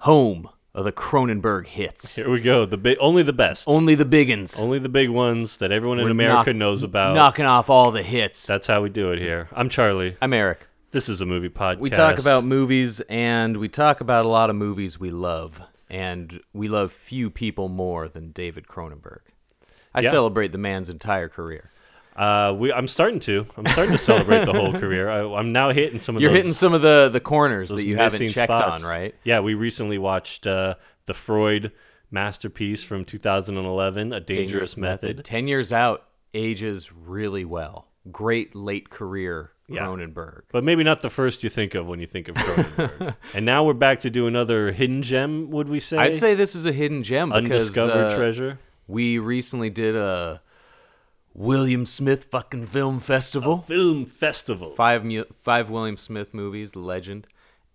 home of the Cronenberg hits. Here we go. The big, only the best, Only the biggins. only the big ones that everyone in We're America knock- knows about. Knocking off all the hits. That's how we do it here. I'm Charlie. I'm Eric. This is a movie podcast. We talk about movies and we talk about a lot of movies we love. And we love few people more than David Cronenberg. I Yeah. celebrate the man's entire career. Uh, we, I'm starting to. I'm starting to celebrate the whole career. I, I'm now hitting some of You're those, hitting some of the, the corners those that you missing haven't checked spots. on, right? Yeah, we recently watched uh, the Freud masterpiece from 2011, A Dangerous, Method. Ten years out ages really well. Great late career Yeah. Cronenberg. But maybe not the first you think of when you think of Cronenberg. and now we're back to do another hidden gem. Would we say? I'd say this is a hidden gem because undiscovered uh, treasure. We recently did a William Smith fucking film festival. Film festival. Five mu- five William Smith movies, the legend,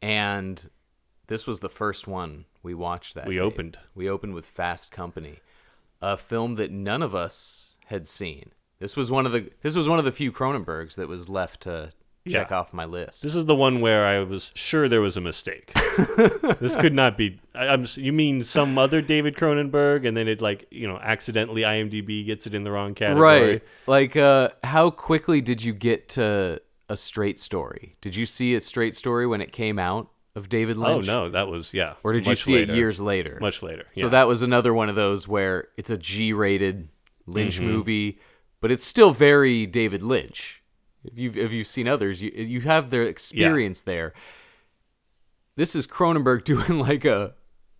and this was the first one we watched that We day. opened. We opened with Fast Company, a film that none of us had seen. This was one of the this was one of the few Cronenbergs that was left to check Yeah. off my list. This is the one where I was sure there was a mistake. this could not be. I, I'm. s- You mean some other David Cronenberg, and then it like you know accidentally IMDb gets it in the wrong category. right. Like, uh, how quickly did you get to a straight story? Did you see a straight story when it came out of David Oh Lynch? no, that was yeah. Or did you much see later. it years later? Much later. So yeah. that was another one of those where it's a G-rated Lynch Mm-hmm. movie, but it's still very David Lynch. If you've if you've seen others, you you have their experience there. This is Cronenberg doing like a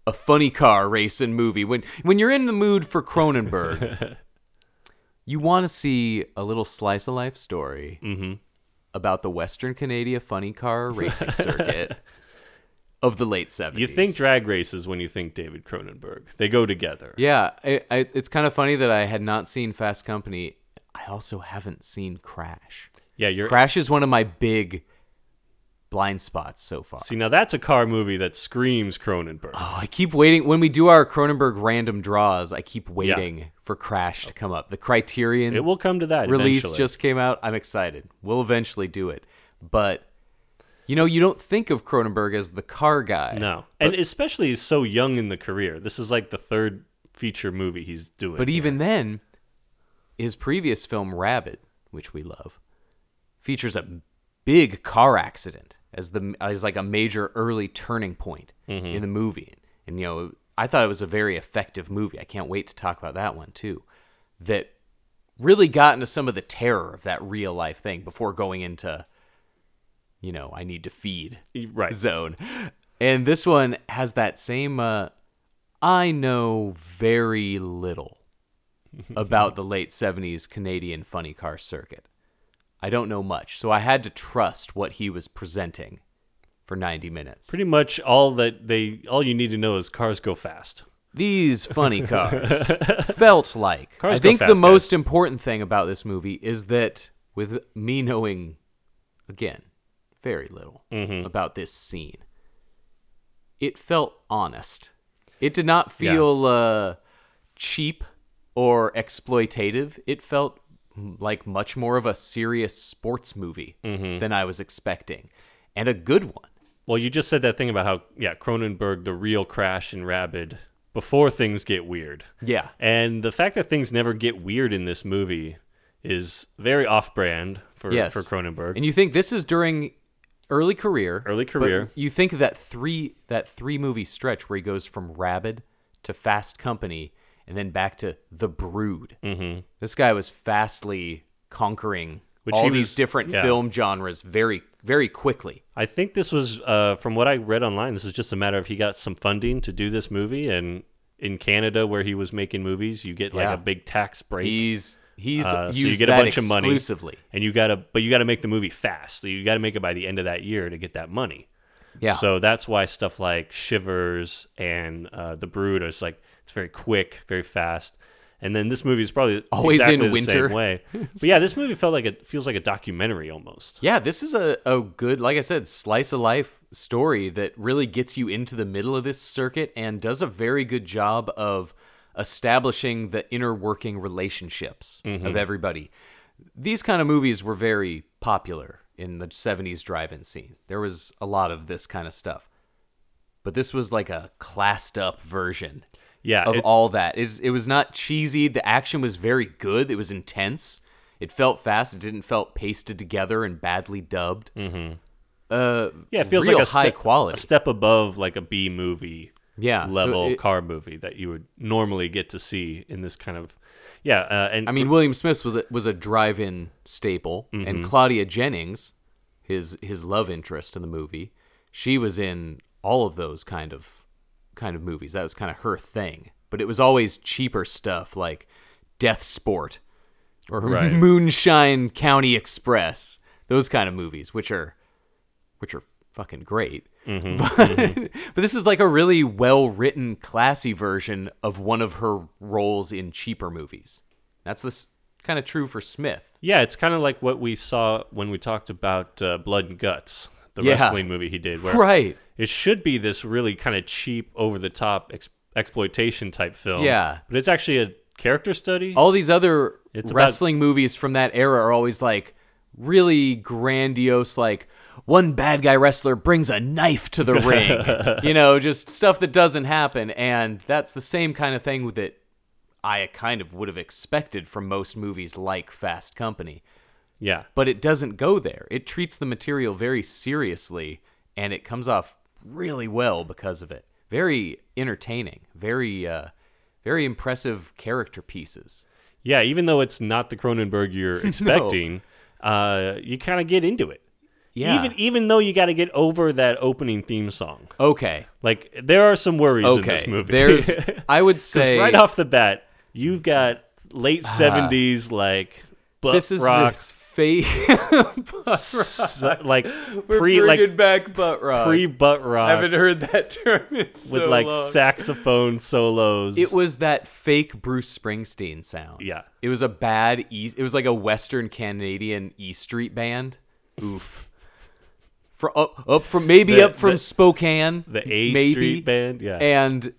a funny car racing movie. When when you're in the mood for Cronenberg, you want to see a little slice of life story Mm-hmm. about the Western Canada funny car racing circuit of the late 70s. You think drag races when you think David Cronenberg. They go together. Yeah, I, I, it's kind of funny that I had not seen Fast Company. I also haven't seen Crash. Yeah, you're Crash is one of my big blind spots so far. See now that's a car movie that screams Cronenberg. oh, I keep waiting when we do our Cronenberg random draws. I keep waiting for Crash to come up. The Criterion it will come to that release eventually. just came out. I'm excited. We'll eventually do it, but you know, you don't think of Cronenberg as the car guy. no, and especially he's so young in the career. This is like the third feature movie he's doing. But even then, his previous film, Rabbit, which we love, features a big car accident as the as like a major early turning point in the movie. And you know, I thought it was a very effective movie. I can't wait to talk about that one too. That really got into some of the terror of that real life thing before going into, you know, I need to feed E, right. zone. And this one has that same uh I know very little about the late 70s Canadian funny car circuit. I don't know much, so I had to trust what he was presenting for 90 minutes. Pretty much all that they all you need to know is cars go fast. These funny cars felt like. Cars I go think fast, the guys. most important thing about this movie is that, with me knowing, again, very little Mm-hmm. about this scene, it felt honest. It did not feel uh, cheap or exploitative. It felt m- like much more of a serious sports movie Mm-hmm. than I was expecting, and a good one. Well, you just said that thing about how yeah, Cronenberg, the real crash and rabid before things get weird. Yeah. And the fact that things never get weird in this movie is very off-brand for yes. for Cronenberg. And you think this is during early career. Early but career. you think of that three that three movie stretch where he goes from Rabid to Fast Company and then back to The Brood. Mm-hmm. This guy was fastly conquering Which all he these was- different yeah. film genres very very quickly. I think this was, uh, from what I read online, this is just a matter of he got some funding to do this movie, and in Canada where he was making movies, you get like Yeah. a big tax break. He's he's Uh, so used you get a that bunch of money exclusively. and you gotta, but you gotta make the movie fast. So you gotta make it by the end of that year to get that money. Yeah. So that's why stuff like Shivers and uh, The Brood is like it's very quick, very fast. And then this movie is probably Always exactly in the winter. same way. But yeah, this movie felt like it feels like a documentary almost. Yeah, this is a, a good, like I said, slice of life story that really gets you into the middle of this circuit and does a very good job of establishing the inner working relationships of everybody. These kind of movies were very popular in the 70s drive in scene. There was a lot of this kind of stuff. But this was like a classed up version Yeah, of it- all that. It's, it was not cheesy. The action was very good. It was intense. It felt fast. It didn't felt pasted together and badly dubbed. Mm-hmm. Uh, yeah, it feels real like a high step, quality. a step above like a B movie Yeah, so level it- car movie that you would normally get to see in this kind of yeah. Uh, and I mean, William Smith was a, was a drive-in staple, Mm-hmm. and Claudia Jennings, his his love interest in the movie, she was in all of those kind of kind of movies. That was kind of her thing. But it was always cheaper stuff like Death Sport or Right. Moonshine County Express, those kind of movies, which are which are fucking great. Mm-hmm. But, but this is like a really well written, classy version of one of her roles in cheaper movies. That's this kind of true for Smith. Yeah, it's kind of like what we saw when we talked about uh, Blood and Guts, the Yeah. wrestling movie he did. Where Right. It should be this really kind of cheap, over the top ex- exploitation type film. Yeah. Oh. But it's actually a character study. All these other It's about- wrestling movies from that era are always like really grandiose, like one bad guy wrestler brings a knife to the ring, you know, just stuff that doesn't happen. And that's the same kind of thing that I kind of would have expected from most movies like Fast Company. yeah. but it doesn't go there. It treats the material very seriously and it comes off really well because of it. Very entertaining, very uh very impressive character pieces. Yeah, even though it's not the Cronenberg you're expecting, uh, you kind of get into it. Yeah. Even even though you got to get over that opening theme song. okay. Like there are some worries in Okay. this movie. There's I would 'Cause say Ah. right off the bat, you've got late seventies like butt this is rock, this fake s- like pre pre like back butt rock. pre butt I rock haven't heard that term in with so like long. saxophone solos. It was that fake Bruce Springsteen sound. Yeah. It was a bad East. It was like a Western Canadian E Street band. Oof. For up, up from maybe The- up from the- Spokane. the A maybe. Street Band, yeah. And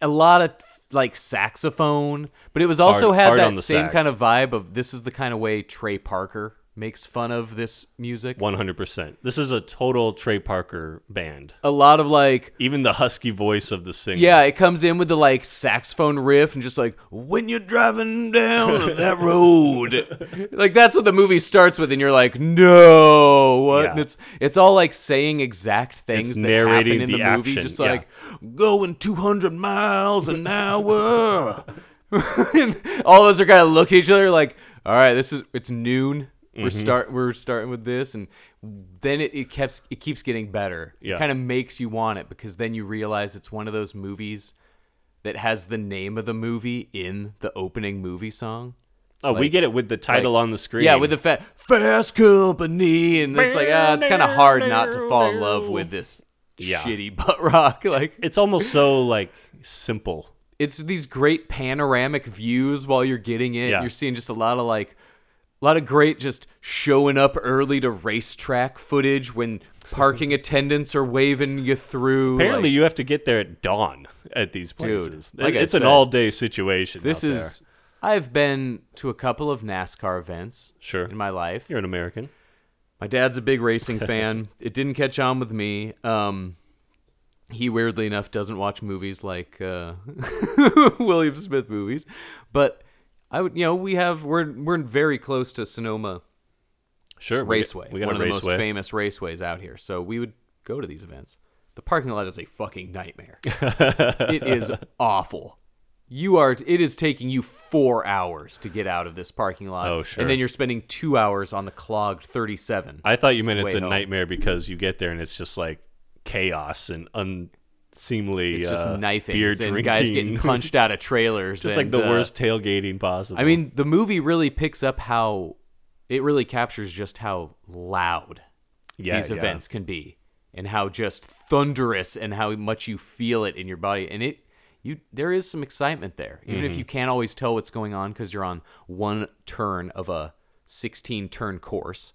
a lot of like saxophone, but it was also Art- had art on that the same sax. kind of vibe of this is the kind of way Trey Parker makes fun of this music. One hundred percent. This is a total Trey Parker band. A lot of like Even the husky voice of the singer. Yeah, it comes in with the like saxophone riff and just like when you're driving down that road, like that's what the movie starts with, and you're like, no, what? Yeah. And it's it's all like saying exact things It's that narrating happen in the the, movie, action, just yeah. like going 200 miles an hour. And all of us are kind of looking at each other like, all right, this is it's noon. We're Mm-hmm. start we're starting with this, and then it, it keeps it keeps getting better. Yeah. It kind of makes you want it because then you realize it's one of those movies that has the name of the movie in the opening movie song. Oh, we like- get it with the title on the screen. Yeah, with the fa- Fast Company, and it's like ah, it's kind of hard not to fall in love with this Yeah. shitty butt rock. Like it's almost so like simple. it's these great panoramic views while you're getting in. Yeah. You're seeing just a lot of like a lot of great just showing up early to racetrack footage when parking attendants are waving you through. Apparently, like, you have to get there at dawn at these places. like I it's said, an all-day situation. this out is I've been to a couple of NASCAR events Sure. in my life. there. you're an American. My dad's a big racing fan. It didn't catch on with me. Um, he weirdly enough doesn't watch movies like uh, William Smith movies, but I would you know we have we're we're very close to Sonoma Sure, we got- Raceway, We got one a of the raceway. most famous raceways out here. So we would go to these events. The parking lot is a fucking nightmare. it is awful. You are. It is taking you four hours to get out of this parking lot. Oh, sure. And then you're spending two hours on the clogged 37. I thought you meant it's Way a home. nightmare because you get there and it's just like chaos and unseemly. It's just uh, knifing beer and drinking. guys getting punched out of trailers. just like and, the uh, worst tailgating possible. I mean, the movie really picks up how it really captures just how loud yeah, these yeah. events can be. and how just thunderous and how much you feel it in your body and it you there is some excitement there even Mm-hmm. if you can't always tell what's going on because you're on one turn of a 16 turn course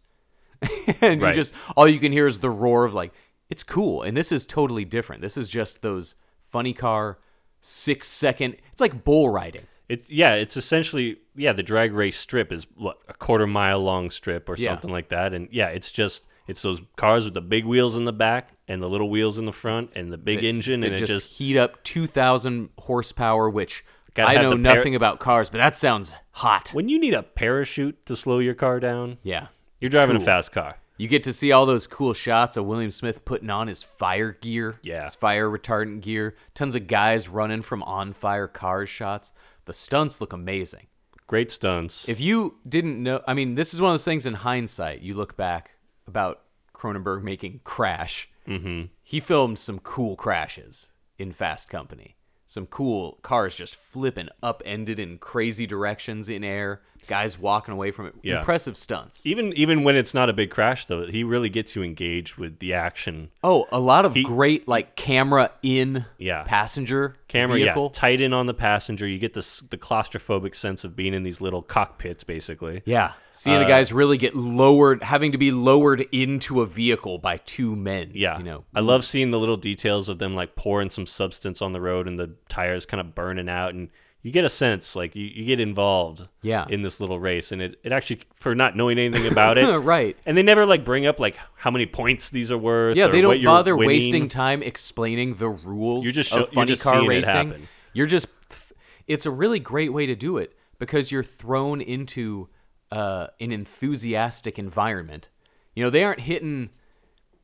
and you Right. just all you can hear is the roar of like it's cool and this is totally different this is just those funny car six second it's like bull riding It's yeah, it's essentially yeah, the drag race strip is what a quarter mile long strip or Yeah. something like that, and yeah, it's just it's those cars with the big wheels in the back and the little wheels in the front and the big engine, They and it just, just heat up 2000 horsepower which Gotta i have know the par- nothing about cars but that sounds hot when you need a parachute to slow your car down, yeah you're driving cool. a fast car. You get to see all those cool shots of William Smith putting on his fire gear, Yeah. his fire retardant gear. Tons of guys running from on fire cars shots. The stunts look amazing. Great stunts. If you didn't know, I mean, this is one of those things in hindsight. You look back about Cronenberg making Crash. Mm-hmm. He filmed some cool crashes in Fast Company. Some cool cars just flipping upended in crazy directions in air. Guys walking away from it. Yeah. Impressive stunts. even even when it's not a big crash though, he really gets you engaged with the action. Oh, a lot of He- great like camera in Yeah. passenger Camera, vehicle. yeah, tight in on the passenger. You get this the claustrophobic sense of being in these little cockpits, basically. Yeah. Seeing Uh, the guys really get lowered having to be lowered into a vehicle by two men. Yeah. You know. I love seeing the little details of them like pouring some substance on the road and the tires kind of burning out and you get a sense like you, you get involved Yeah. in this little race and it, it actually for not knowing anything about it. Right. And they never like bring up like how many points these are worth. Yeah, or they what don't you're bother winning. wasting time explaining the rules You're just show- of you're funny just car seeing it racing. happen. You're just it's a really great way to do it because you're thrown into uh, an enthusiastic environment. You know, they aren't hitting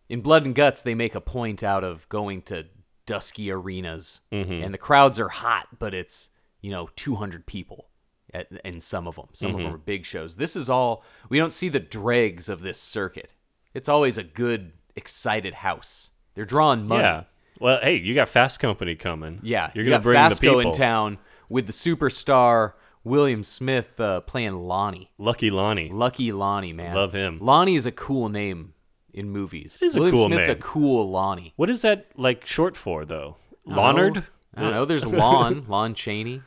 in Blood and Guts, they make a point out of going to dusky arenas, Mm-hmm. and the crowds are hot, but it's you know 200 people at, in some of them. Some of Mm-hmm. them are big shows. This is all we don't see the dregs of this circuit. It's always a good, excited house. They're drawing money. Yeah. Well, hey, you got Fast Company coming. Yeah, You're you gonna got bring Fasco the people. in town with the superstar William Smith uh, playing Lonnie. Lucky Lonnie. Lucky Lonnie, man. Love him. Lonnie is a cool name in movies. It is a William cool Smith's a name. cool Lonnie. What is that like short for though? Oh. I Lonard? don't know. I don't know. There's Lon, Lon Chaney.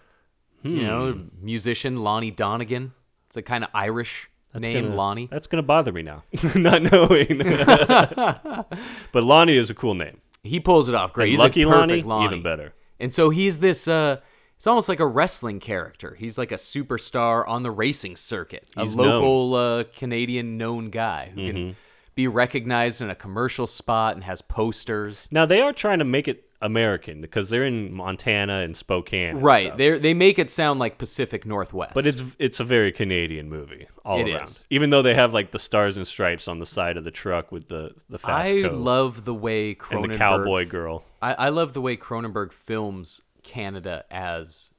You know, Hmm. musician Lonnie Donegan. It's a kind of Irish name, gonna- Lonnie. That's gonna bother me now, not knowing. but Lonnie is a cool name. He pulls it off great. And He's Lucky a perfect Lonnie, Lonnie, even better. And so he's this. uh It's almost like a wrestling character. He's like a superstar on the racing circuit, He's a local uh, Canadian known guy who Mm-hmm. can be recognized in a commercial spot and has posters. Now they are trying to make it American because they're in Montana and Spokane, and Right. stuff. They they make it sound like Pacific Northwest. But it's it's a very Canadian movie all It around. is. Even though they have like the stars and stripes on the side of the truck with the the fast I coat love the way and Cronenberg the cowboy girl. I, I love the way Cronenberg films Canada as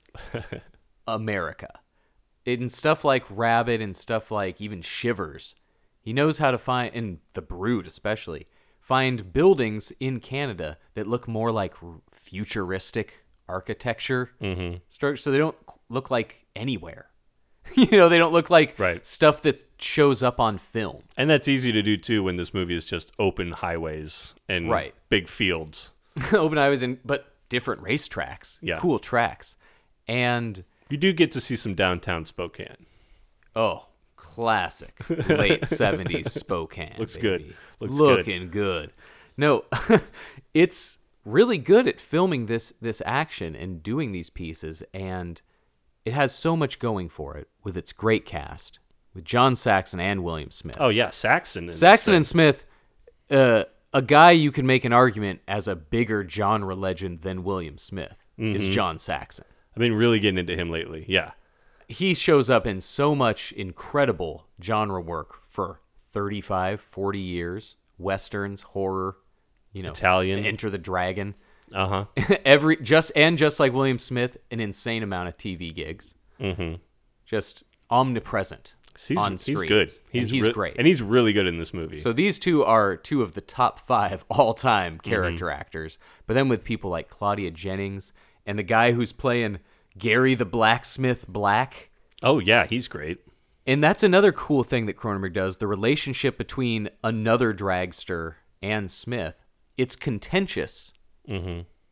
America. In stuff like Rabbit and stuff like even Shivers, he knows how to find, and The Brood especially, find buildings in Canada that look more like r- futuristic architecture Mm-hmm. structure. So they don't qu- look like anywhere. you know, they don't look like Right. stuff that shows up on film. And that's easy to do too when this movie is just open highways and Right. big fields. Open I was in, but different racetracks, Yeah. cool tracks, and You do get to see some downtown Spokane. oh, classic late seventies Spokane. Looks baby. good. Looks Looking good. No, it's really good at filming this this action and doing these pieces, and it has so much going for it with its great cast with John Saxon and William Smith. Oh yeah, Saxon. And Saxon and Smith, uh, a guy you can make an argument as a bigger genre legend than William Smith Mm-hmm. is John Saxon. I've been really getting into him lately. Yeah. He shows up in so much incredible genre work for 35, 40 years westerns, horror, you know, Italian. Enter the Dragon. Uh huh. Every just and just like William Smith, an insane amount of TV gigs. Mm-hmm. Just omnipresent He's, on he's screens. good. And He's, he's re- great. and he's really good in this movie. So these two are two of the top five all time Mm-hmm. character actors. But then with people like Claudia Jennings and the guy who's playing Gary the Blacksmith Black. oh yeah, he's great. And that's another cool thing that Cronenberg does the relationship between another dragster and Smith It's contentious,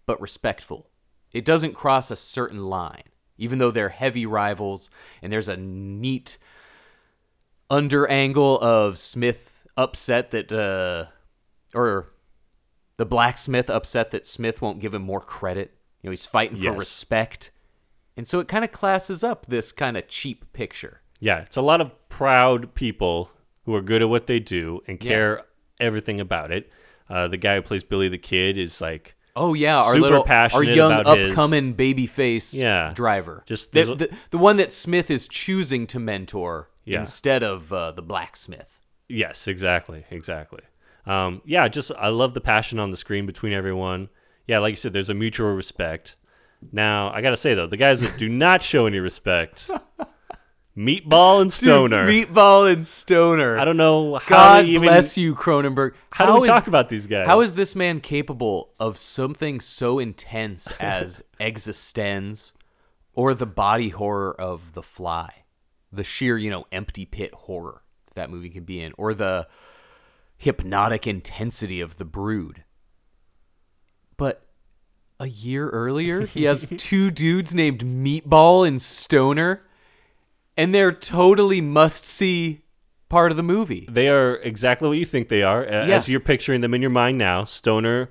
but respectful. It doesn't cross a certain line, even though they're heavy rivals, and there's a neat under angle of Smith upset that, uh, or the blacksmith upset that Smith won't give him more credit. You know, he's fighting for Yes. respect. And so it kind of classes up this kind of cheap picture. Yeah, it's a lot of proud people who are good at what they do and care everything about it. Uh, the guy who plays Billy the Kid is like Oh yeah, our Super little, our passionate young about his- upcoming babyface Yeah. driver, Just- the, there's a- the, the one that Smith is choosing to mentor Yeah. instead of uh, the blacksmith. Yes, exactly, exactly. Um, yeah, just I love the passion on the screen between everyone. Yeah, like you said, there's a mutual respect. Now I gotta say though, the guys that do not show any respect, Meatball and Stoner. Meatball, and Stoner. I don't know how God to even, bless you, Cronenberg. How, do we is- talk about these guys? How is this man capable of something so intense as Existenz or the body horror of The Fly? The sheer, you know, empty pit horror that, that movie could be in, or the hypnotic intensity of The Brood. But a year earlier, he has two dudes named Meatball and Stoner, and they're totally must see part of the movie. They are exactly what you think they are, a- Yeah. as you're picturing them in your mind now. Stoner,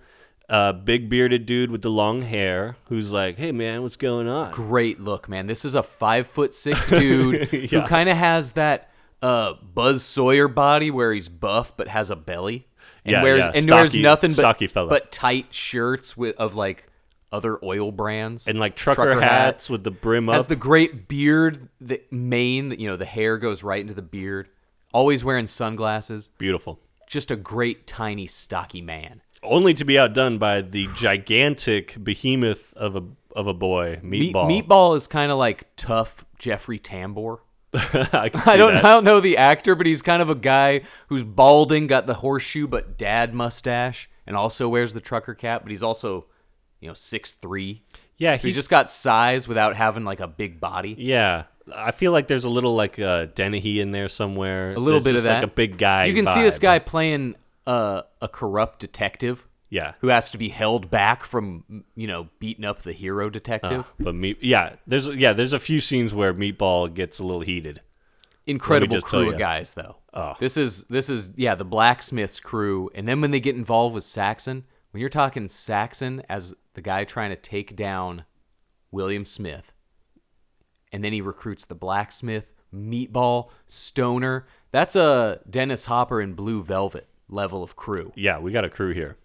uh, big bearded dude with the long hair, who's like, "Hey man, what's going on?" great look, man. This is a five foot six dude Yeah. who kind of has that uh, Buzz Sawyer body where he's buff but has a belly and Yeah, wears yeah. and wears Stocky- nothing but stocky fella. but tight shirts with of like other oil brands And like trucker, hat. hats with the brim Has up. the great beard, the mane, that you know, the hair goes right into the beard. Always wearing sunglasses. Beautiful. Just a great tiny stocky man. only to be outdone by the gigantic behemoth of a of a boy, Meat- Meatball. Meatball is kind of like tough Jeffrey Tambor. I, can I see don't that. I don't know the actor, but he's kind of a guy who's balding, got the horseshoe but dad mustache, and also wears the trucker cap, but he's also, you know, six three. Yeah, He's he's just got size without having like a big body. Yeah, I feel like there's a little like uh, Dennehy in there somewhere. A little There's bit of just, that. like a big guy. You can see this vibe. guy playing uh, a corrupt detective Yeah, who has to be held back from, you know, beating up the hero detective. but meat. Yeah, there's yeah there's a few scenes where Meatball gets a little heated. Incredible just tell crew ya. of guys though. Oh. This is this is yeah, the blacksmith's crew and then when they get involved with Saxon, when you're talking Saxon as the guy trying to take down William Smith and then he recruits the blacksmith, meatball, stoner. That's a Dennis Hopper in Blue Velvet level of crew. Yeah, we got a crew here.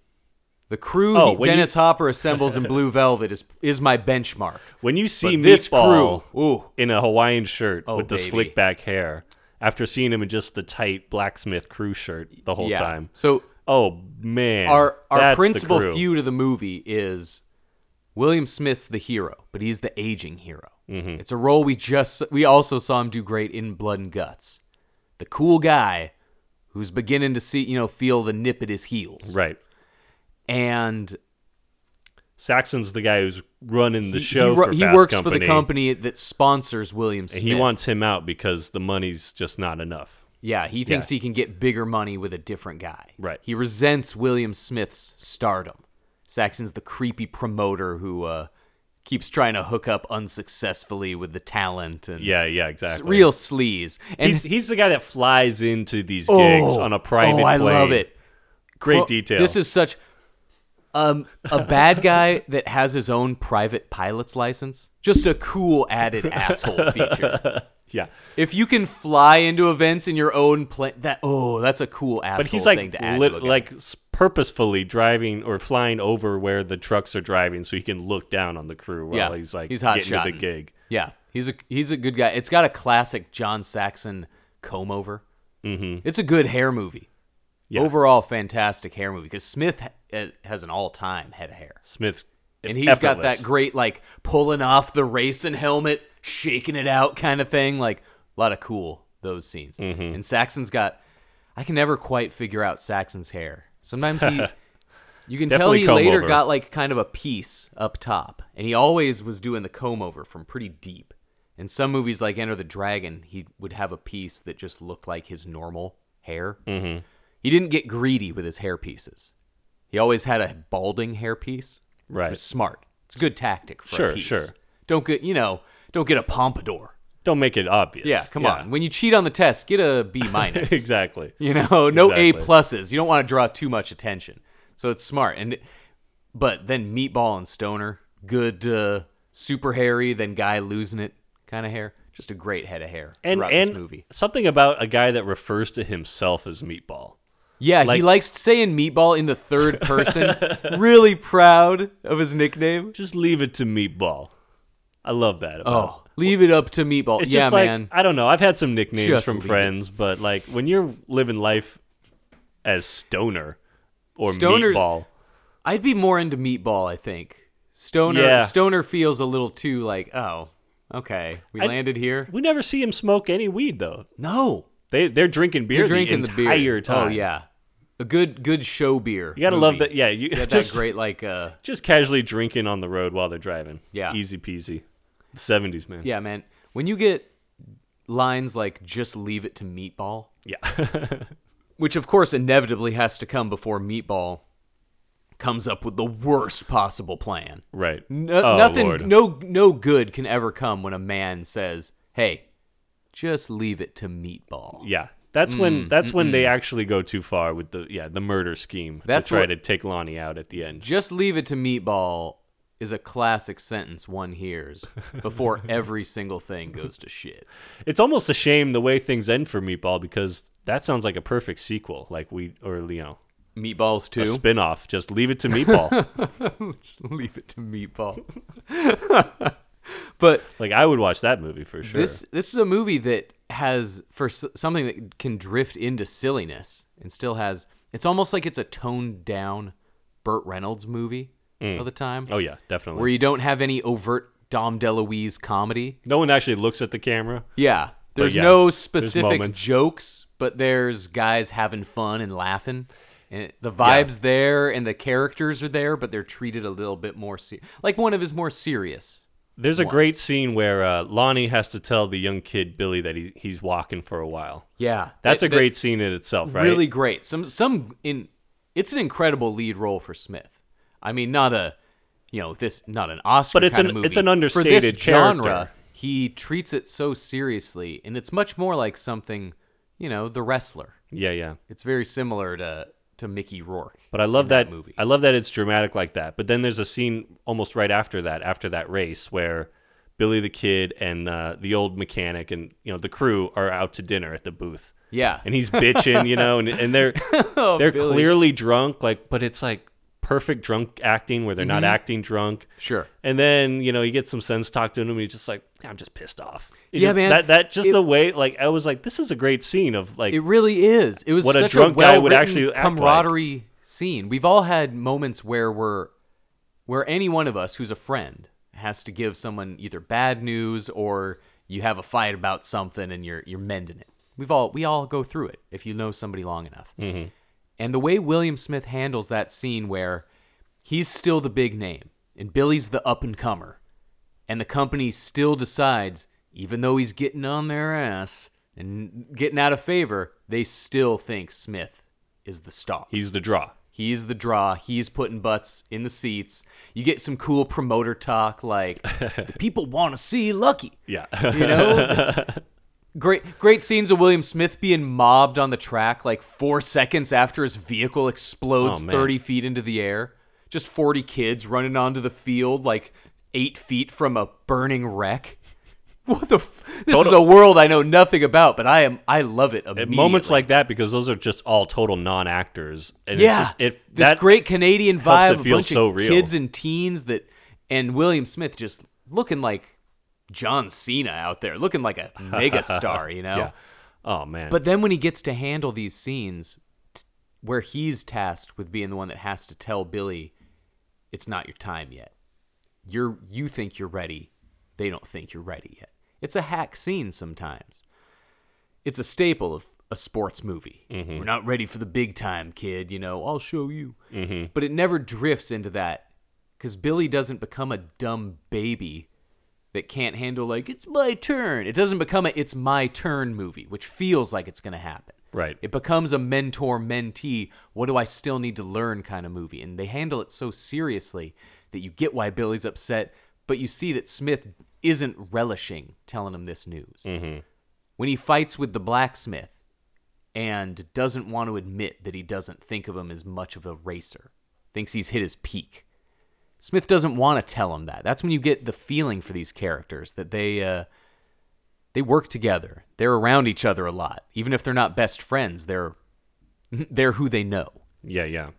The crew Oh, he- when you- Dennis Hopper assembles in Blue Velvet is is my benchmark. When you see But this Meatball crew, ooh. in a Hawaiian shirt Oh, with the baby. slick back hair, after seeing him in just the tight blacksmith crew shirt the whole time, So Oh man, our our That's the principal crew. feud of the movie is William Smith's the hero, but he's the aging hero. Mm-hmm. It's a role we just we also saw him do great in Blood and Guts. The cool guy who's beginning to see you know feel the nip at his heels, Right, and Saxon's the guy who's running the he- show. he, ru- for he Fast works company, for the company that sponsors William Smith. and he wants him out because the money's just not enough. Yeah, he thinks he can get bigger money with a different guy. Right. He resents William Smith's stardom. Saxon's the creepy promoter who uh, keeps trying to hook up unsuccessfully with the talent and Yeah, yeah, s- exactly. real sleaze. And He's, he's the guy that flies into these gigs on a private. Oh, I plane. love it. Great Well, detail. This is such um, a bad guy that has his own private pilot's license. Just a cool added asshole feature. yeah, If you can fly into events in your own plane, that oh, that's a cool asshole but he's thing like to add. lit- to a guy. like s- purposefully driving or flying over where the trucks are driving so he can look down on the crew while Yeah, he's like he's hot getting to the shotting. gig. Yeah, he's a he's a good guy. It's got a classic John Saxon comb over. Mm-hmm. It's a good hair movie. Yeah. Overall, fantastic hair movie because Smith ha- eh, has an all time head of hair, Smith's and he's got effortless. that great like pulling off the racing helmet, shaking it out kind of thing. Like a lot of cool those scenes. Mm-hmm. And Saxon's got I can never quite figure out Saxon's hair. Sometimes he. You can tell Definitely he comb later over. got like kind of a piece up top, and he always was doing the comb over from pretty deep. In some movies, like Enter the Dragon, he would have a piece that just looked like his normal hair. Mm-hmm. He didn't get greedy with his hair pieces. He always had a balding hairpiece. Right. It's smart. It's a good tactic for Sure, a piece. sure. Don't get you know, don't get a pompadour. Don't make it obvious. Yeah, come on. When you cheat on the test, get a B minus. exactly. You know, no A Exactly. pluses. You don't want to draw too much attention. So it's smart. And but then Meatball and Stoner, good uh, super hairy, then guy losing it kind of hair. Just a great head of hair And throughout and this movie. something about a guy that refers to himself as meatball. Yeah, he Like- likes saying meatball in the third person. really proud of his nickname. Just leave it to meatball. I love that. About him. Oh, leave it up to meatball. It's yeah, just like man. I don't know. I've had some nicknames Just from leave it. friends, but like when you're living life as stoner or Stoner's- meatball, I'd be more into meatball. I think Stoner. Yeah. Stoner feels a little too like oh. Okay, we I- landed here. we never see him smoke any weed though. No, They they're drinking beer You're drinking the the, entire beer. time. Oh yeah, a good good show beer. you gotta movie. love that. Yeah, you You had just that great like uh just casually drinking on the road while they're driving. Yeah. easy peasy. The seventies, man. yeah man. When you get lines like just leave it to meatball, yeah. which of course inevitably has to come before meatball comes up with the worst possible plan. right. No, Oh, nothing. Lord. No no good can ever come when a man says, "Hey, just leave it to meatball." Yeah, that's when Mm, that's when they actually go too far with the yeah the murder scheme. That's to try what- to take Lonnie out at the end. Just leave it to meatball is a classic sentence one hears before every single thing goes to shit. It's almost a shame the way things end for Meatball because that sounds like a perfect sequel, like we or you know Meatballs too. a spinoff. Just leave it to Meatball. Just leave it to meatball. but like I would watch that movie for sure. this this is a movie that has for s- something that can drift into silliness and still has. It's almost like it's a toned down Burt Reynolds movie of the time. oh yeah, definitely. where you don't have any overt Dom DeLuise comedy. no one actually looks at the camera. Yeah, there's yeah, no there's specific moments. jokes, but there's guys having fun and laughing. And the vibes there and the characters are there, but they're treated a little bit more se- like one of his more serious There's a great scene where uh, Lonnie has to tell the young kid Billy that he, he's walking for a while. Yeah, That's that- a great scene in itself, that- right? really great. Some some in it's an incredible lead role for Smith. I mean, not a you know this not an Oscar, But it's kinda an- movie. it's an for this understated genre. character. He treats it so seriously, and it's much more like something you know the wrestler. Yeah, yeah. It's very similar to to Mickey Rourke. But I love in that that, movie. I love that it's dramatic like that. But then there's a scene almost right after that, after that race, where Billy the Kid and uh, the old mechanic and you know the crew are out to dinner at the booth. yeah, Oh, And he's bitching, you know, and, and they're they're Billy. clearly drunk, like, but it's like perfect drunk acting where they're not acting drunk. Mm-hmm. Sure. And then you know you get some sense talked to him, and he's just like, "I'm just pissed off." It Yeah, just- man. That that just It- the way, like, I was like, "This is a great scene of like It really is. It was What a such drunk guy would well-written actually act like. camaraderie scene. We've all had moments where we're where any one of us who's a friend has to give someone either bad news or you have a fight about something and you're you're mending it. We've all we all go through it if you know somebody long enough. Mm-hmm. And the way William Smith handles that scene where he's still the big name and Billy's the up and comer and the company still decides, even though he's getting on their ass and getting out of favor, they still think Smith is the star. he's the draw." He's the draw. He's putting butts in the seats. You get some cool promoter talk like, "The people want to see Lucky. Yeah, You know? great, great scenes of William Smith being mobbed on the track like four seconds after his vehicle explodes Oh, man. 30 feet into the air. Just 40 kids running onto the field like eight feet from a burning wreck. What the? F- this is a world I know nothing about, but I am. I love it. at moments immediately. like that because those are just all total non-actors and yeah, it's just it this that great Canadian helps vibe, it of a feel bunch so of real. kids and teens that, and William Smith just looking like John Cena out there, looking like a mega star, you know. yeah. oh man But then when he gets to handle these scenes, t- where he's tasked with being the one that has to tell Billy, it's not your time yet. You're you think you're ready, they don't think you're ready yet. It's a hack scene sometimes. It's a staple of a sports movie. We're not ready for the big time, kid. You know, I'll show you. But it never drifts into that because Billy doesn't become a dumb baby that can't handle like it's my turn. It doesn't become a it's my turn movie, which feels like it's going to happen. Right. It becomes a mentor mentee, what do I still need to learn kind of movie. And they handle it so seriously that you get why Billy's upset, but you see that Smith isn't relishing telling him this news. When he fights with the blacksmith and doesn't want to admit that he doesn't think of him as much of a racer, thinks he's hit his peak. Smith doesn't want to tell him that. That's when you get the feeling for these characters that they uh, they work together. They're around each other a lot, even if they're not best friends. They're they're who they know. Yeah, yeah.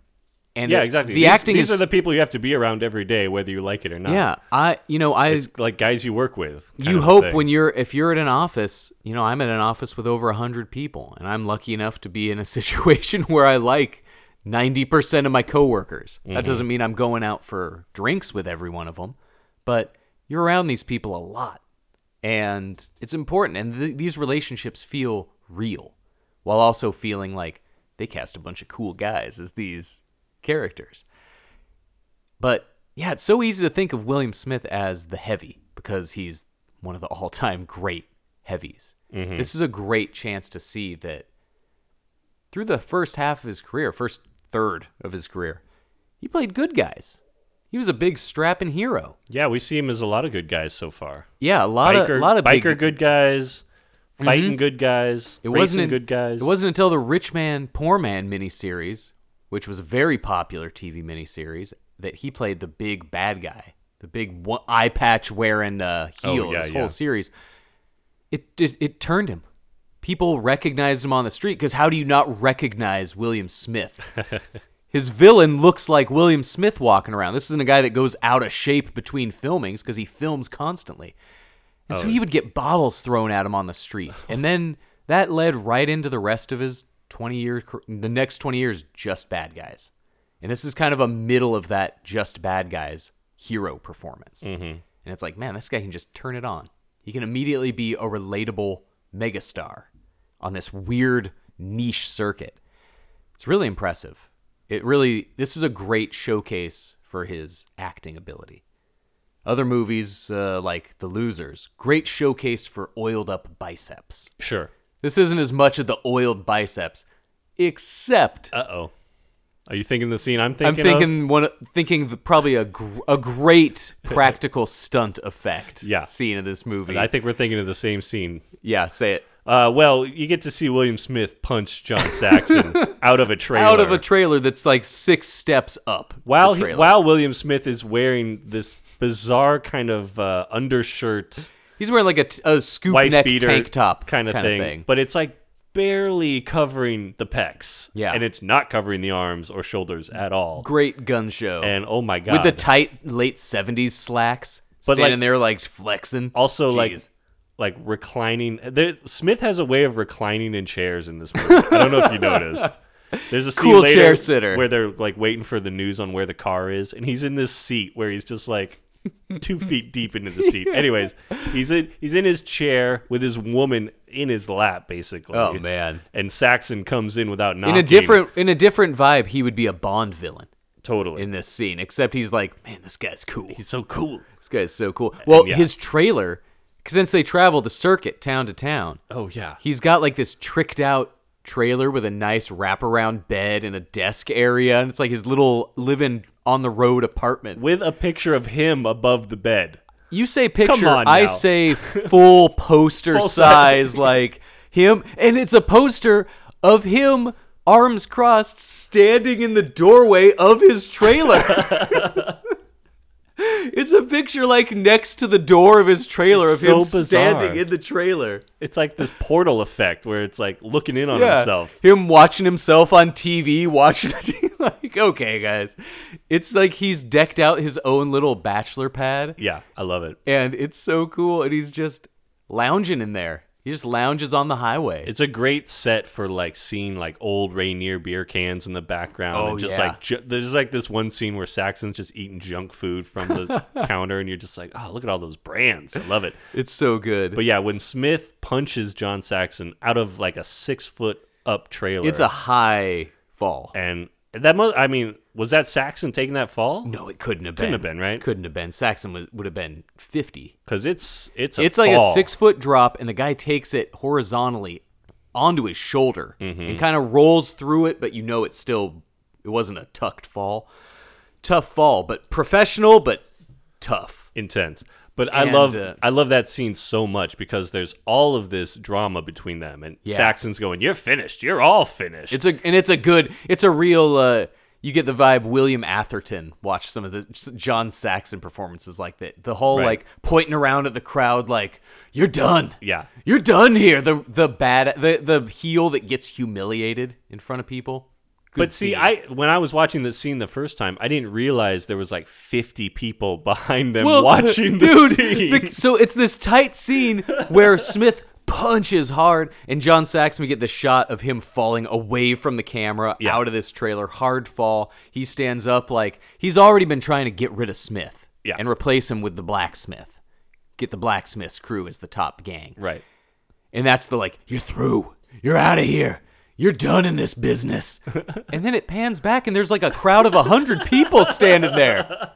And yeah, it- exactly. The these, acting these is are the people you have to be around every day, whether you like it or not. yeah. I you know I It's like guys you work with. kind you of a hope thing. when you're if you're at an office you know i'm at an office with over 100 people and i'm lucky enough to be in a situation where i like 90% of my coworkers that Mm-hmm. doesn't mean i'm going out for drinks with every one of them but you're around these people a lot and it's important and th- these relationships feel real while also feeling like they cast a bunch of cool guys as these characters but yeah, it's so easy to think of William Smith as the heavy because he's one of the all time great heavies. Mm-hmm. This is a great chance to see that through the first half of his career, first third of his career, he played good guys. He was a big strapping hero. yeah, we see him as a lot of good guys so far. Yeah, a lot biker, of lot of biker big, Mm-hmm. good guys, fighting good guys, It racing wasn't in- good guys. It wasn't until the Rich Man Poor Man miniseries, which was a very popular TV miniseries, that he played the big bad guy, the big one, eye patch wearing uh, Oh, heel. yeah, this yeah. whole series, it, it it turned him. People recognized him on the street because how do you not recognize William Smith? His villain looks like William Smith walking around. This isn't a guy that goes out of shape between filmings because he films constantly. And so he would get bottles thrown at him on the street. And then that led right into the rest of his 20 year, car- the next 20 years, just bad guys. And this is kind of a middle of that just bad guys hero performance. Mm-hmm. And it's like, man, this guy can just turn it on. He can immediately be a relatable megastar on this weird niche circuit. It's really impressive. It really, this is a great showcase for his acting ability. Other movies uh, like The Losers, great showcase for oiled up biceps. sure. This isn't as much of the oiled biceps, except Uh oh. Are you thinking the scene I'm I'm thinking? of? thinking one, thinking the, probably a gr- a great practical stunt effect Yeah. scene in this movie. I think we're thinking of the same scene. yeah, say it. Uh, well, you get to see William Smith punch John Saxon out of a trailer. Out of a trailer that's like six steps up. the while he, trailer. while William Smith is wearing this bizarre kind of uh, undershirt, he's wearing like a, t- a scoop wife neck beater tank top kind of thing, but it's like barely covering the pecs. Yeah. and it's not covering the arms or shoulders at all. great gun show. And oh my god, with the tight late '70s slacks, But, standing like- there like flexing. also Jeez. like like reclining. There, Smith has a way of reclining in chairs in this movie. I don't know if you noticed. There's a scene Cool later chair sitter. where they're like waiting for the news on where the car is, and he's in this seat where he's just like two feet deep into the seat. Anyways, he's in he's in his chair with his woman in his lap, basically. Oh, man. And Saxon comes in without knocking. in a different in a different vibe, he would be a Bond villain totally. in this scene. Except he's like, man, this guy's cool. he's so cool. this guy's so cool. Well, yeah. his trailer, 'cause since they travel the circuit town to town, Oh yeah. he's got like this tricked out trailer with a nice wraparound bed and a desk area, and it's like his little living on the road apartment. with a picture of him above the bed. You say picture, on I now. say full poster Full size, like him, and it's a poster of him, arms crossed, standing in the doorway of his trailer. it's a picture like next to the door of his trailer It's of him so bizarre. standing in the trailer. It's like this portal effect where it's like looking in on himself. him watching himself on TV, watching like, okay, guys, it's like he's decked out his own little bachelor pad. Yeah, I love it. and it's so cool and he's just lounging in there he just lounges on the highway It's a great set for like seeing like old Rainier beer cans in the background. Oh, and just yeah. like ju- there's like this one scene where Saxon's just eating junk food from the counter, and you're just like, oh, look at all those brands. I love it. it's so good But yeah, when Smith punches John Saxon out of like a six foot up trailer, it's a high fall and that must. I mean, was that Saxon taking that fall? no it couldn't have Couldn't been have been, right? couldn't have been saxon was, would have been 50 because it's it's a it's like fall. a six foot drop and the guy takes it horizontally onto his shoulder Mm-hmm. and kind of rolls through it, but you know it's still it wasn't a tucked fall. Tough fall, but professional, but tough. intense. But I And, love uh, I love that scene so much because there's all of this drama between them, and Yeah. Saxon's going, "You're finished. You're all finished." It's a and it's a good. It's a real. Uh, you get the vibe William Atherton watched some of the s- John Saxon performances like that. The whole Right. like pointing around at the crowd like you're done. Yeah. You're done here. The the bad the the heel that gets humiliated in front of people. Good but see, scene. I when I was watching this scene the first time, I didn't realize there was like 50 people behind them Well, watching the dude, scene. the- so it's this tight scene where Smith punches hard, and John Saxon. We get the shot of him falling away from the camera, Yeah. out of this trailer, hard fall. He stands up like he's already been trying to get rid of Smith, Yeah. and replace him with the blacksmith. Get the blacksmith's crew as the top gang, right. and that's the like you're through, you're out of here. You're done in this business. and then it pans back, and there's like a crowd of a hundred people standing there.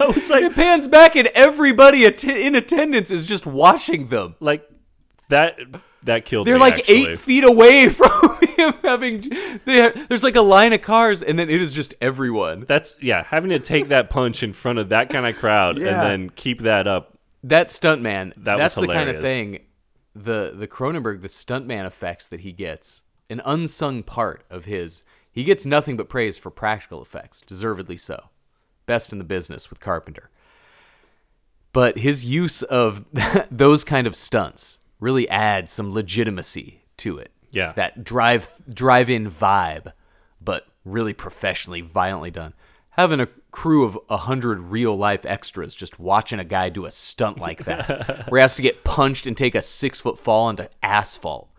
I was like, It pans back, and everybody att- in attendance is just watching them. like that that killed They're me, like actually. eight feet away from him having. They there's like a line of cars, and then it is just everyone. That's yeah, having to take that punch in front of that kind of crowd Yeah. and then keep that up. That stuntman. That was that's the kind of hilarious. thing. The the Cronenberg, the stuntman effects that he gets, an unsung part of his. He gets nothing but praise for practical effects, deservedly so. Best in the business with Carpenter. but his use of those kind of stunts really adds some legitimacy to it. Yeah. that drive drive-in vibe, but really professionally, violently done. Having a crew of a hundred real-life extras just watching a guy do a stunt like that, where he has to get punched and take a six-foot fall into asphalt,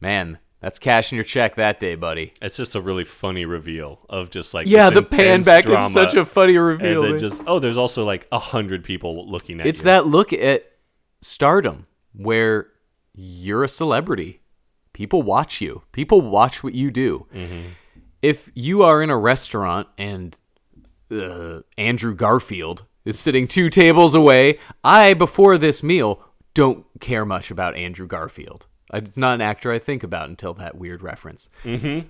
man, that's cash in your check that day, buddy. It's just a really funny reveal of just like Yeah, this the pan intense back is drama. such a funny reveal, And then man. just oh, there's also like a hundred people looking at It's you. that look at stardom where you're a celebrity. People watch you. People watch what you do. If you are in a restaurant and uh, Andrew Garfield is sitting two tables away, I before this meal don't care much about Andrew Garfield. I- It's not an actor I think about until that weird reference.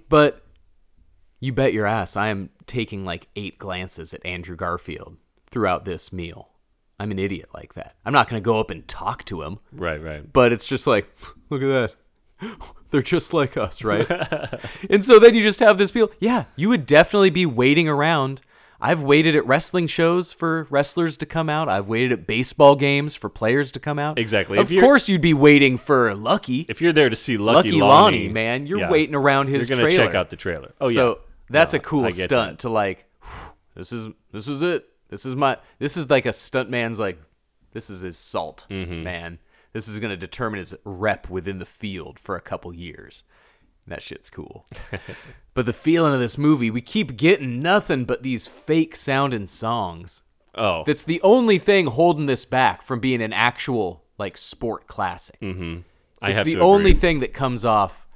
But you bet your ass I am taking like eight glances at Andrew Garfield throughout this meal. I'm an idiot like that. I'm not going to go up and talk to him, Right, right. but it's just like, look at that. They're just like us, right? and so then you just have this feel. Yeah, you would definitely be waiting around. I've waited at wrestling shows for wrestlers to come out. I've waited at baseball games for players to come out. Exactly. Of If you're- course, you'd be waiting for Lucky. If you're there to see Lucky, Lucky Lonnie, man, you're yeah, waiting around his You're gonna check trailer. out the trailer. Oh yeah. so that's No, a cool I get stunt to like. whew, This is this is it. This is my this is like a stuntman's like. This is his salt, Mm-hmm. man. This is gonna determine his rep within the field for a couple years. That shit's cool. but the feeling of this movie, we keep getting nothing but these fake sounding songs. Oh. That's the only thing holding this back from being an actual like sport classic. Mm-hmm. I it's have the to only agree. thing that comes off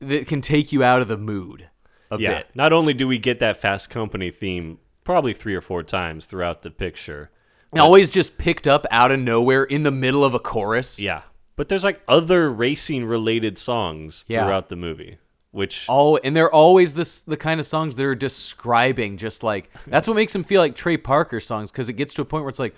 that can take you out of the mood a Yeah. bit. Not only do we get that Fast Company theme probably three or four times throughout the picture. And always just picked up out of nowhere in the middle of a chorus. Yeah. But there's like other racing related songs Yeah. throughout the movie, which All and they're always this the kind of songs that are describing just like that's what makes them feel like Trey Parker songs because it gets to a point where it's like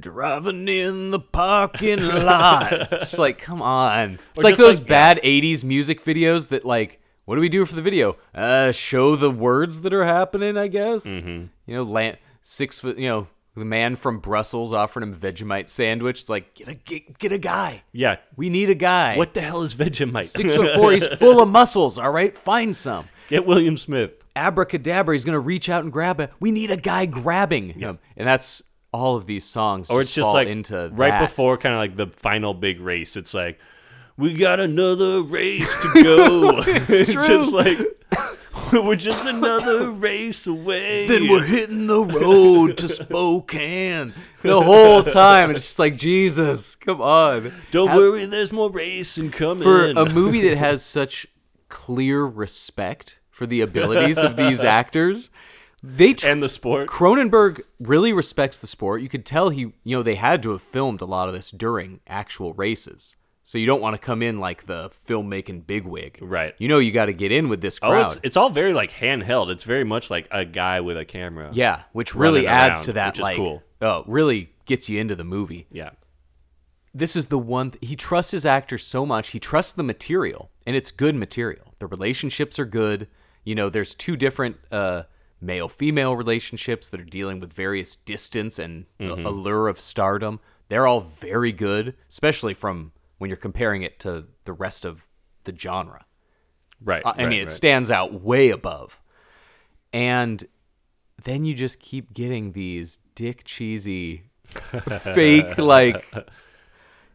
driving in the parking lot. it's like come on. It's like just those like- bad '80s music videos that like what do we do for the video? Uh, show the words that are happening, I guess. Mm-hmm. You know, land, six foot. You know, the man from Brussels offering him Vegemite sandwich. It's like get a get, get a guy. yeah. We need a guy. What the hell is Vegemite? Six foot four. He's full of muscles. All right, find some. Get William Smith. Abracadabra. He's gonna reach out and grab it. We need a guy grabbing him, and that's all of these songs. Or it's just fall like into right that. before kind of like the final big race. It's like we got another race to go. it's just like we're just another race away. Then we're hitting the road to Spokane. The whole time, it's just like Jesus, come on. Don't Have- worry, there's more racing coming. for a movie that has such clear respect for the abilities of these actors. They tr- and the sport. Cronenberg really respects the sport. You could tell he, you know, they had to have filmed a lot of this during actual races. So you don't want to come in like the filmmaking bigwig, Right. You know you got to get in with this crowd. Oh, it's it's all very like handheld. It's very much like a guy with a camera. yeah, which really running adds around, to that. which is like, cool. oh, really gets you into the movie. Yeah. this is the one th- he trusts his actors so much. He trusts the material, and it's good material. The relationships are good. You know, there's two different uh, male female relationships that are dealing with various distance and the allure of stardom. They're all very good, especially from when you're comparing it to the rest of the genre. Right. Uh, I I mean, it stands out way above. And then you just keep getting these dick cheesy, fake like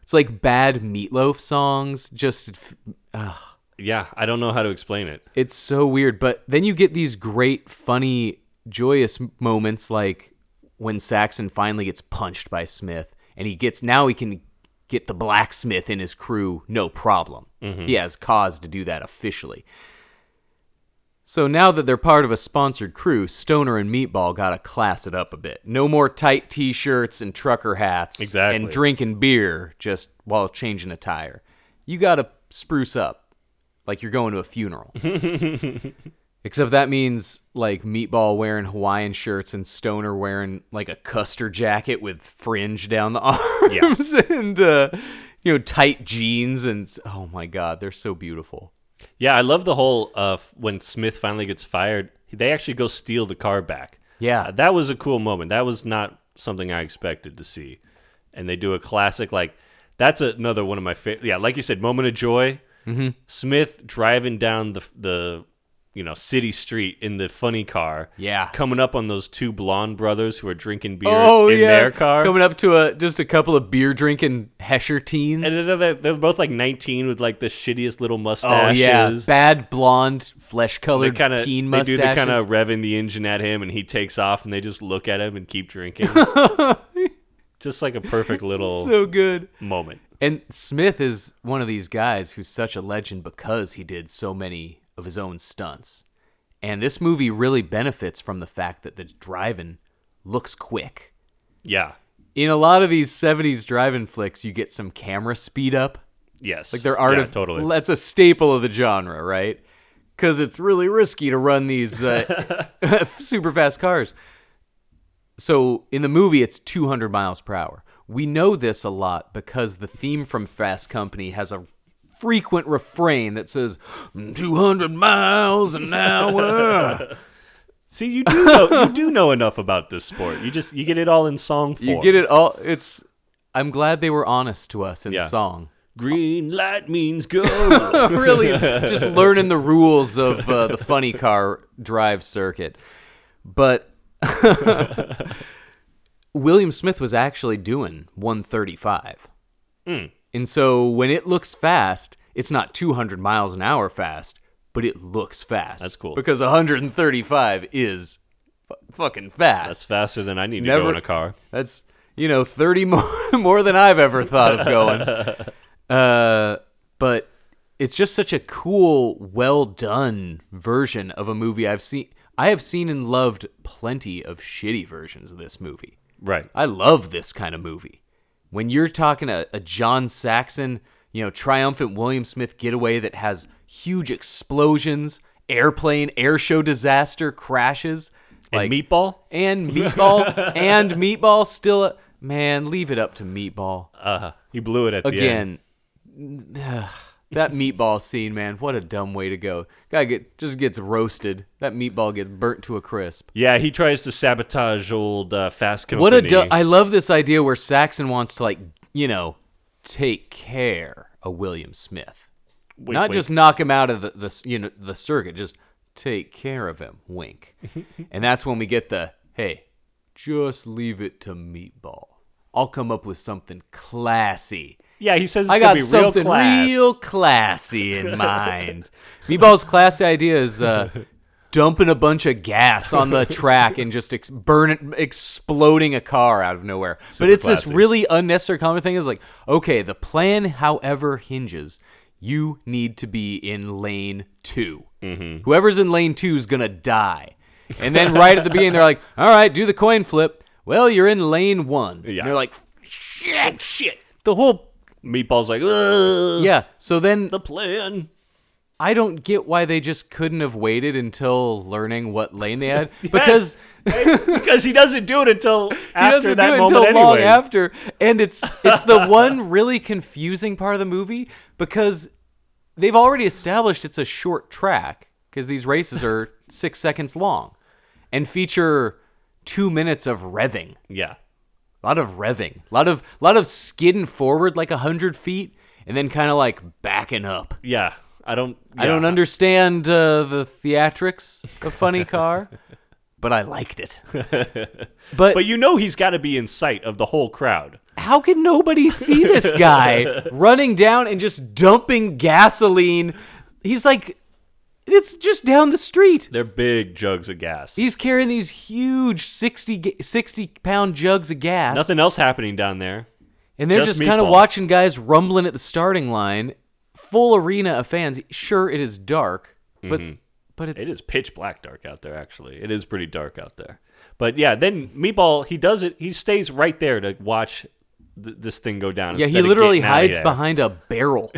it's like bad meatloaf songs. Just f- yeah. I don't know how to explain it. it's so weird. But then you get these great, funny, joyous m- moments, like when Saxon finally gets punched by Smith, and he gets now he can get the blacksmith and his crew no problem. He has cause to do that officially. So now that they're part of a sponsored crew, Stoner and Meatball gotta class it up a bit. No more tight T-shirts and trucker hats, Exactly. and drinking beer just while changing a tire. You gotta spruce up, like you're going to a funeral. Except that means like meatball wearing Hawaiian shirts and Stoner wearing like a custer jacket with fringe down the arms and uh, you know tight jeans and oh my god, they're so beautiful. Yeah. I love the whole uh, f- when Smith finally gets fired. They actually go steal the car back. Yeah. Uh, that was a cool moment. That was not something I expected to see. And they do a classic like that's another one of my favorite. Yeah, like you said, moment of joy. Mm-hmm. Smith driving down the the you know city street in the funny car. Yeah. coming up on those two blonde brothers who are drinking beer Oh in yeah, their car. coming up to a just a couple of beer drinking Hesher teens. and they're, they're, they're both like 19 with like the shittiest little oh mustaches. yeah, bad blonde flesh They colored kind of teen they do mustaches. the kind of revving the engine at him, and he takes off, and they just look at him and keep drinking. just like a perfect little so good. moment. And Smith is one of these guys who's such a legend because he did so many of his own stunts. And this movie really benefits from the fact that the driving looks quick. Yeah. In a lot of these 70s driving flicks, you get some camera speed up. Yes. Like their art yeah, of totally. that's a staple of the genre, right? Because it's really risky to run these uh, super fast cars. So in the movie, it's 200 miles per hour. We know this a lot because the theme from Fast Company has a frequent refrain that says 200 miles an hour. See, you do know you do know enough about this sport. You just you get it all in song form. you get it all. It's. I'm glad they were honest to us in Yeah. song. Green light means go. really just learning the rules of uh, the funny car drive circuit. But William Smith was actually doing 135. Hmm. And so when it looks fast, it's not 200 miles an hour fast, but it looks fast. That's cool. Because 135 is f- fucking fast. That's faster than I need to go Never- in a car. That's you know thirty more more than I've ever thought of going. Uh, but it's just such a cool, well done version of a movie I've seen. I have seen and loved plenty of shitty versions of this movie. Right. I love this kind of movie. When you're talking a, a John Saxon, you know, triumphant William Smith getaway that has huge explosions, airplane, air show disaster, crashes, and meatball. and meatball and meatball still a, man leave it up to meatball Uh-huh. He blew it at the end. again ugh, that meatball scene man what a dumb way to go guy get just gets roasted that meatball gets burnt to a crisp Yeah, he tries to sabotage old uh, Fast Company. what a du- i love this idea where saxon wants to like you know take care of william smith not wink. just knock him out of the, the you know the circuit just take care of him wink and that's when we get the hey just leave it to meatball i'll come up with something classy yeah, he says it's I gonna got be real something class. real classy in mind. Meatball's classy idea is uh, dumping a bunch of gas on the track and just ex- burning, exploding a car out of nowhere. but it's this classy. really unnecessary common thing. Is like, okay, the plan, however, hinges. You need to be in lane 2 Mm-hmm. Whoever's in lane two is gonna die. And then right at the beginning, they're like, "All right, do the coin flip." Well, you're in lane one. And Yeah. they're like, shit, shit. The whole Meatball's like, Ugh, yeah. So then the plan. I don't get why they just couldn't have waited until learning what lane they had because Because he doesn't do it until he after doesn't that do it moment until anyway. long after, and it's it's the one really confusing part of the movie because they've already established it's a short track because these races are six seconds long and feature two minutes of revving, Yeah. a lot of revving, a lot of lot of skidding forward like a hundred feet and then kind of like backing up. Yeah. I don't I don't yeah. understand uh, the theatrics of Funny Car, but I liked it. But, But you know he's got to be in sight of the whole crowd. how can nobody see this guy running down and just dumping gasoline? He's like, it's just down the street. They're big jugs of gas. He's carrying these huge 60, ga- 60 pound jugs of gas. Nothing else happening down there. And they're Just just, kind of meatball. watching guys rumbling at the starting line, full arena of fans. Sure, it is dark, but but it's Mm-hmm. It is pitch black dark out there, actually. It is pretty dark out there. But yeah, then Meatball, he does it. He stays right there to watch th- this thing go down. yeah. instead He of literally getting outta hides there. behind a barrel.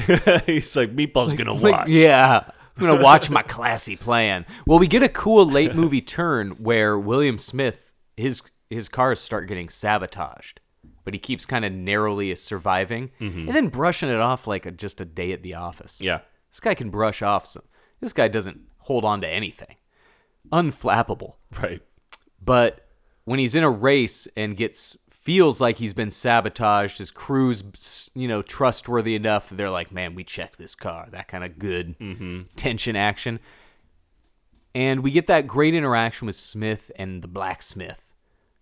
He's like, Meatball's going to Like, watch. yeah. I'm going to watch my classy plan. Well, we get a cool late movie turn where William Smith, his his cars start getting sabotaged, but he keeps kind of narrowly surviving and then brushing it off like a, just a day at the office. Mm-hmm. Yeah. This guy can brush off some. This guy doesn't hold on to anything. Unflappable. Right. But when he's in a race and gets feels like he's been sabotaged, his crew's you know trustworthy enough that they're like, man, we checked this car. That kind of good tension action, and we get that great interaction with Smith and the blacksmith,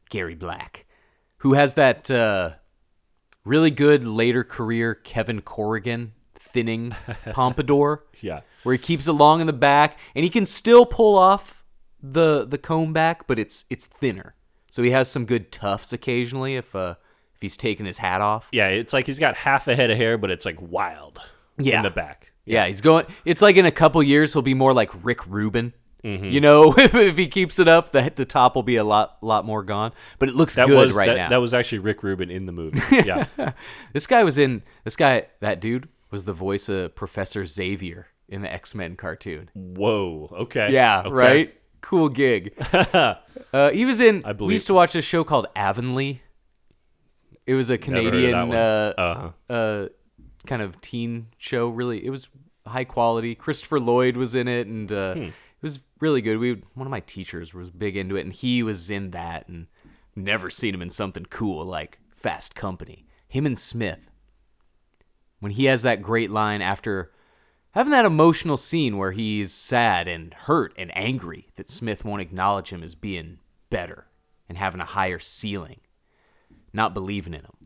Gary Black, who has that uh, really good later career Kevin Corrigan thinning pompadour Yeah. where he keeps it long in the back and he can still pull off the the comb back but it's it's thinner so he has some good tufts occasionally if uh if he's taking his hat off Yeah. It's like he's got half a head of hair, but it's like wild Yeah. in the back. yeah, he's going it's like in a couple years he'll be more like rick rubin Mm-hmm. you know if, if he keeps it up the, the top will be a lot lot more gone but it looks That good was right that, now that was actually Rick Rubin in the movie. Yeah. this guy was in this guy that dude was the voice of professor xavier in the x-men cartoon Whoa. Okay. Yeah, Okay. right. Cool gig. uh, he was in. I We believe used to watch this show called Avonlea. It was a Never heard of that Canadian one. uh, Uh-huh. uh, kind of teen show. Really, it was high quality. Christopher Lloyd was in it, and Hmm. uh, it was really good. We one of my teachers was big into it, and he was in that, and never seen him in something cool like Fast Company. Him and Smith, when he has that great line after having that emotional scene where he's sad and hurt and angry that Smith won't acknowledge him as being better and having a higher ceiling, not believing in him.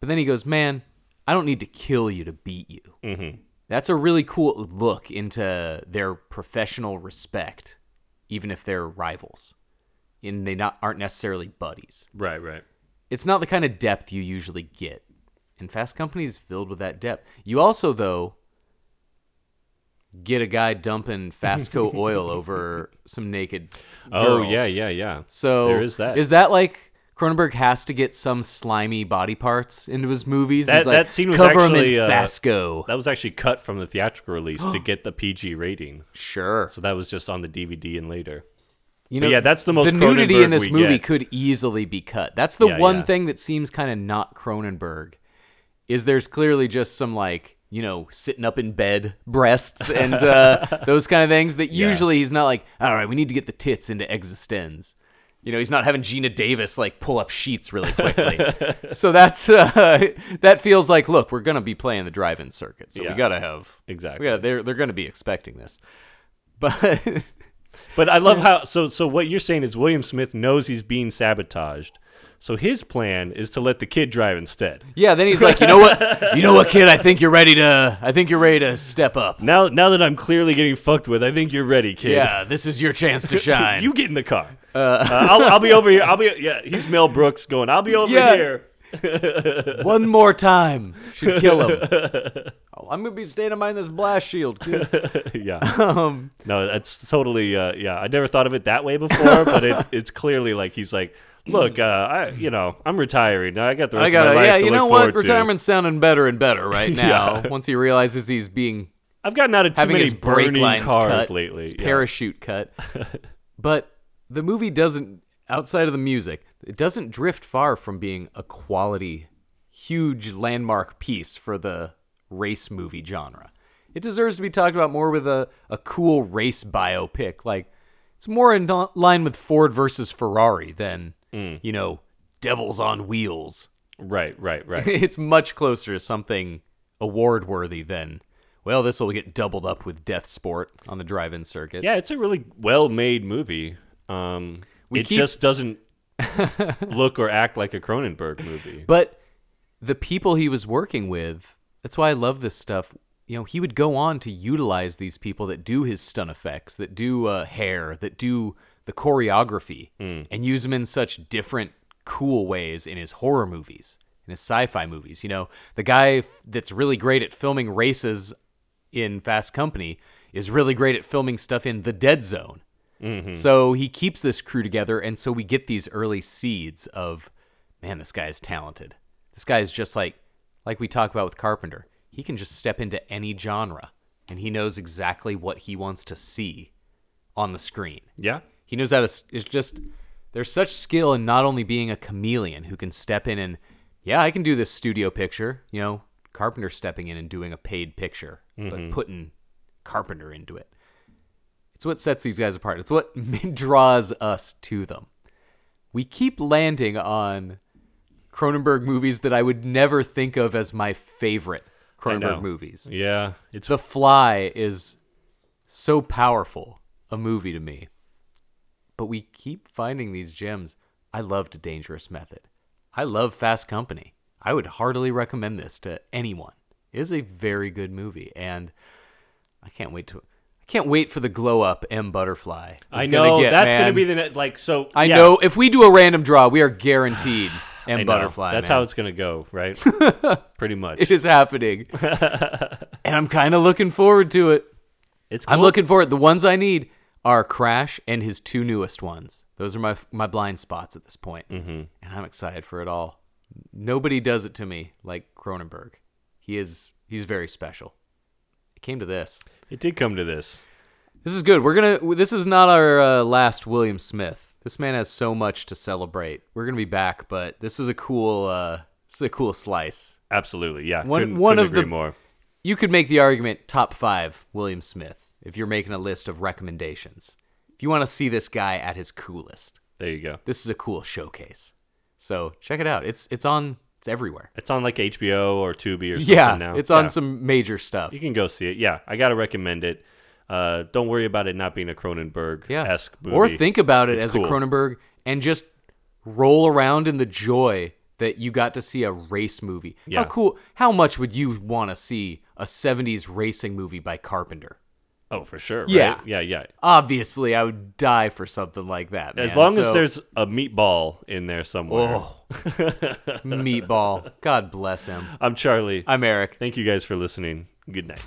But then he goes, Man, I don't need to kill you to beat you. Mm-hmm. That's a really cool look into their professional respect, even if they're rivals and they not, aren't necessarily buddies. Right. Right. It's not the kind of depth you usually get. And Fast Company is filled with that depth. You also, though, get a guy dumping Fasco oil over some naked. Oh girls. yeah. Yeah. Yeah. So there is that. Is that like Cronenberg has to get some slimy body parts into his movies? That- He's like, that scene was cover 'em actually, in uh, Fasco. that was actually cut from the theatrical release to get the PG rating. sure. So that was just on the DVD and later. You But yeah, that's the most the nudity in Cronenberg this we movie get. could easily be cut. That's the Yeah, one yeah. thing that seems kind of not Cronenberg. Is there's clearly just some like you know sitting up in bed breasts and uh, those kind of things that usually he's not like all right we need to get the tits into existenz. You know he's not having Gina Davis like pull up sheets really quickly. so that's uh, that feels like look we're gonna be playing the drive-in circuit so Yeah. we gotta have Exactly. yeah they're they're gonna be expecting this, but. But I love how so so what you're saying is William Smith knows he's being sabotaged. So his plan is to let the kid drive instead. Yeah, then he's like, you know what, you know what, kid, I think you're ready to, I think you're ready to step up. Now now that I'm clearly getting fucked with, I think you're ready, kid. Yeah, this is your chance to shine. You get in the car. Uh, I'll, I'll be over here. I'll be yeah. He's Mel Brooks going. I'll be over Yeah. here. one more time should kill him. oh, I'm gonna be standing behind this blast shield, kid. Um, yeah. no, that's totally. Uh, yeah, I never thought of it that way before, but it, it's clearly like he's like, look, uh, I you know I'm retiring now. I got the rest I gotta, of my life yeah, to you look know what? forward to. Retirement's sounding better and better right now. Yeah. Once he realizes he's being I've gotten out of too having many his brake burning lines cars cut, lately. his yeah. parachute cut. but the movie doesn't, outside of the music, it doesn't drift far from being a quality, huge landmark piece for the race movie genre. It deserves to be talked about more with a, a cool race biopic. Like, it's more in do- line with Ford versus Ferrari than, Mm. you know, Devils on Wheels. Right, right, right. it's much closer to something award worthy than well this will get doubled up with death sport on the drive-in circuit Yeah, it's a really well made movie. Um, We it keep- just doesn't look or act like a Cronenberg movie. but the people he was working with that's why i love this stuff you know he would go on to utilize these people that do his stunt effects that do uh, hair that do the choreography and use them in such different cool ways in his horror movies in his sci-fi movies you know the guy f- that's really great at filming races in Fast Company is really great at filming stuff in the dead zone. So he keeps this crew together, and so we get these early seeds of, man, this guy is talented. This guy is just like, like we talk about with Carpenter. He can just step into any genre, and he knows exactly what he wants to see on the screen. yeah, He knows how to. s- It's just there's such skill in not only being a chameleon who can step in and yeah, I can do this studio picture. You know, Carpenter stepping in and doing a paid picture, Mm-hmm. but putting Carpenter into it. It's what sets these guys apart. It's what draws us to them. We keep landing on Cronenberg movies that I would never think of as my favorite I know. Cronenberg movies. Yeah, it's The Fly is so powerful a movie to me. But we keep finding these gems. I loved Dangerous Method. I love Fast Company. I would heartily recommend this to anyone. It is a very good movie and I can't wait to I can't wait for the glow up M Butterfly. is I gonna know get, that's man. gonna be the ne- like so. I yeah, know if we do a random draw, we are guaranteed M I know. Butterfly. That's man. how it's gonna go, right? Pretty much. it is happening. and I'm kind of looking forward to it. It's I'm cool. looking for it. The ones I need are Crash and his two newest ones. Those are my my blind spots at this point, mm-hmm. and I'm excited for it all. Nobody does it to me like Cronenberg. He is he's very special. It came to this. It did come to this. This is good. We're gonna. This is not our uh, last William Smith. This man has so much to celebrate. We're gonna be back, but this is a cool. Uh, this is a cool slice. Absolutely, yeah. One- couldn't, one couldn't of agree the- more. You could make the argument top five William Smith if you're making a list of recommendations. If you want to see this guy at his coolest, There you go. this is a cool showcase. So check it out. It's it's on. It's everywhere. It's on like HBO or Tubi or something Yeah, now. it's on Yeah. some major stuff. You can go see it. Yeah, I gotta recommend it. Uh, don't worry about it not being a Cronenberg yeah. esque movie. Or think about it It's as cool. a Cronenberg and just roll around in the joy that you got to see a race movie. Yeah. How cool. How much would you want to see a 70s racing movie by Carpenter? Oh, for sure. Right? Yeah. yeah, yeah. Obviously, I would die for something like that. As man. long as So- there's a meatball in there somewhere. Oh, meatball. God bless him. I'm Charlie. I'm Eric. Thank you guys for listening. Good night.